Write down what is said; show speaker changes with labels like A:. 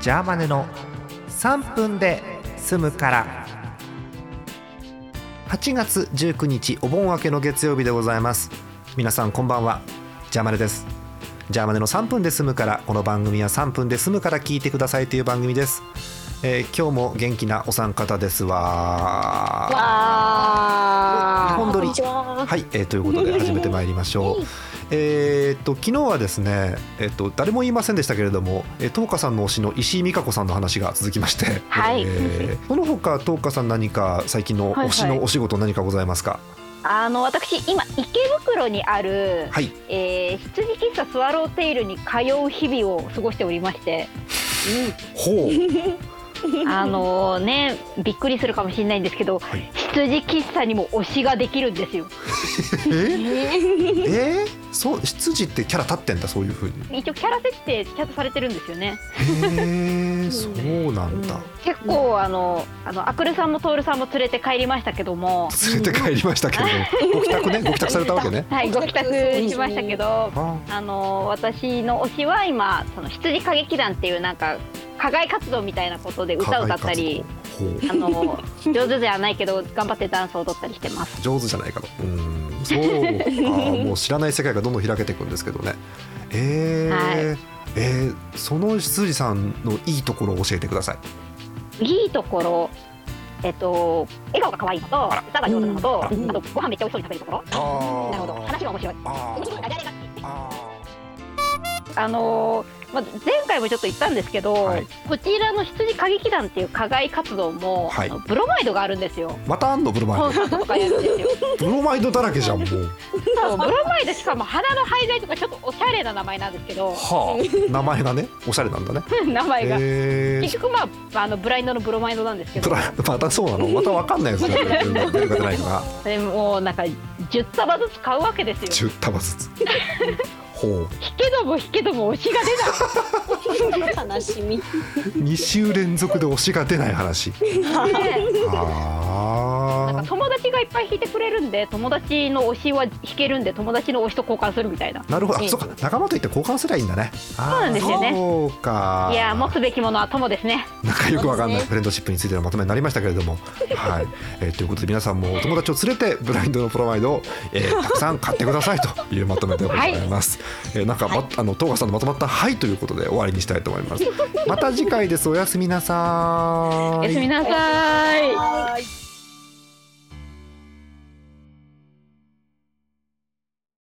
A: ジャーマネの3分で済むから8月19日お盆明けの月曜日でございます皆さんこんばんはジャーマネですジャーマネの3分で済むからこの番組は3分で済むから聞いてくださいという番組です、えー今日も元気なお三方ですわ
B: わ
A: ーお日本撮り
B: こんにちは。
A: はい、えーということで始めてまいりまし ょう。えーっと昨日はですね、えっと誰も言いませんでしたけれども、えー、東花さんの推しの石井美香子さんの話が続きまして、
B: はい
A: えーその他東花さん何か最近の推し
B: はい
A: の
B: はい
A: お仕事何かございますか。
B: あの私今池袋にある、
A: はい、
B: えー、羊喫茶スワローテイルに通う日々を過ごしており まして、
A: ほう、
B: あのねびっくりするかもしれないんですけど、
A: はい
B: 羊喫茶にも推しができるんですよ。
A: えー、えー、そう羊ってキャラ立ってんだそういう風に。
B: 一応キャラ設定ちゃんとされてるんですよね。
A: へえ、そうなんだ。
B: 結構あのあのアクルさんもトールさんも連れて帰りましたけども。
A: 連れて帰りま したけれども、ご帰宅ね、ご帰宅されたわけね。
B: はい、ご帰宅しましたけど、
A: あ
B: あの私の推しは今その羊歌劇団っていうなんか課外活動みたいなことで
A: ー
B: 歌を歌った
A: 課外
B: り。
A: 活動ほう
B: あの上手ではないけど頑張ってダンスを踊ったりしてます
A: 上手じゃないかと。うー ん、そうか、もう知らない世界がどんどん開けていくんですけどね。えーえーその羊さんのいいところを教えてください。
B: いいところえっと笑顔が可愛いのと
A: あら
B: 歌が上手なのとあ
C: うん
B: とご飯めっちゃ美味しそうに食べるところ
A: あー
B: なるほど話が面白い
A: あ
B: ダジャ
A: ー
B: レが
A: あ
B: あのまあ前回もちょっと言ったんですけど、
A: はい
B: こちらの羊歌劇団っていう課外活動も、
A: はい
B: あのブロマイドがあるんですよ
A: ー。またあんのブロマ
B: コ
A: イ
B: ンサートとかやるんですよ
A: ド。ブロマイドだらけじゃんもう。
B: そうブロマイドしかも花の廃材とかちょっとおしゃれな名前なんですけど
A: はあ。名前がね、おしゃれなんだね。
B: 名前が、
A: えー
B: 結局まああのブラインドのブロマイドなんですけ
A: ブ
B: ど
A: ラまたそうなのまたわかんないやつが出てる出るか出ないかが
B: でもうなんか10束ずつ買うわけですよ
A: 10束ずつほう
B: 引けども引けども推しが
C: 悲しみ。
A: 2週連続で推しが出ない話
B: 出なくて
A: あ
B: なん
A: あ
B: か友達がいっぱい引いてくれるんで友達の推しは引けるんで友達の推しと交換するみたいな
A: なるほど、あ
B: ええ
A: そうか仲間といって交換すりゃいいんだねそう
B: そうなんですよね
A: そうか
B: いやー持つべきものは友ですね
A: 仲良くわかんない
C: そうですね
A: フレンドシップについてのまとめになりましたけれどもはい、えーということで皆さんもお友達を連れてブラインドのプロマイドを、えーたくさん買ってくださいというまとめでございます、えーなんか、まあの東賀さんのまとまった「はい」ということで終わりにしたいと思いますまた次回ですおやすみなさー
B: おやすみなさーい
C: はーい。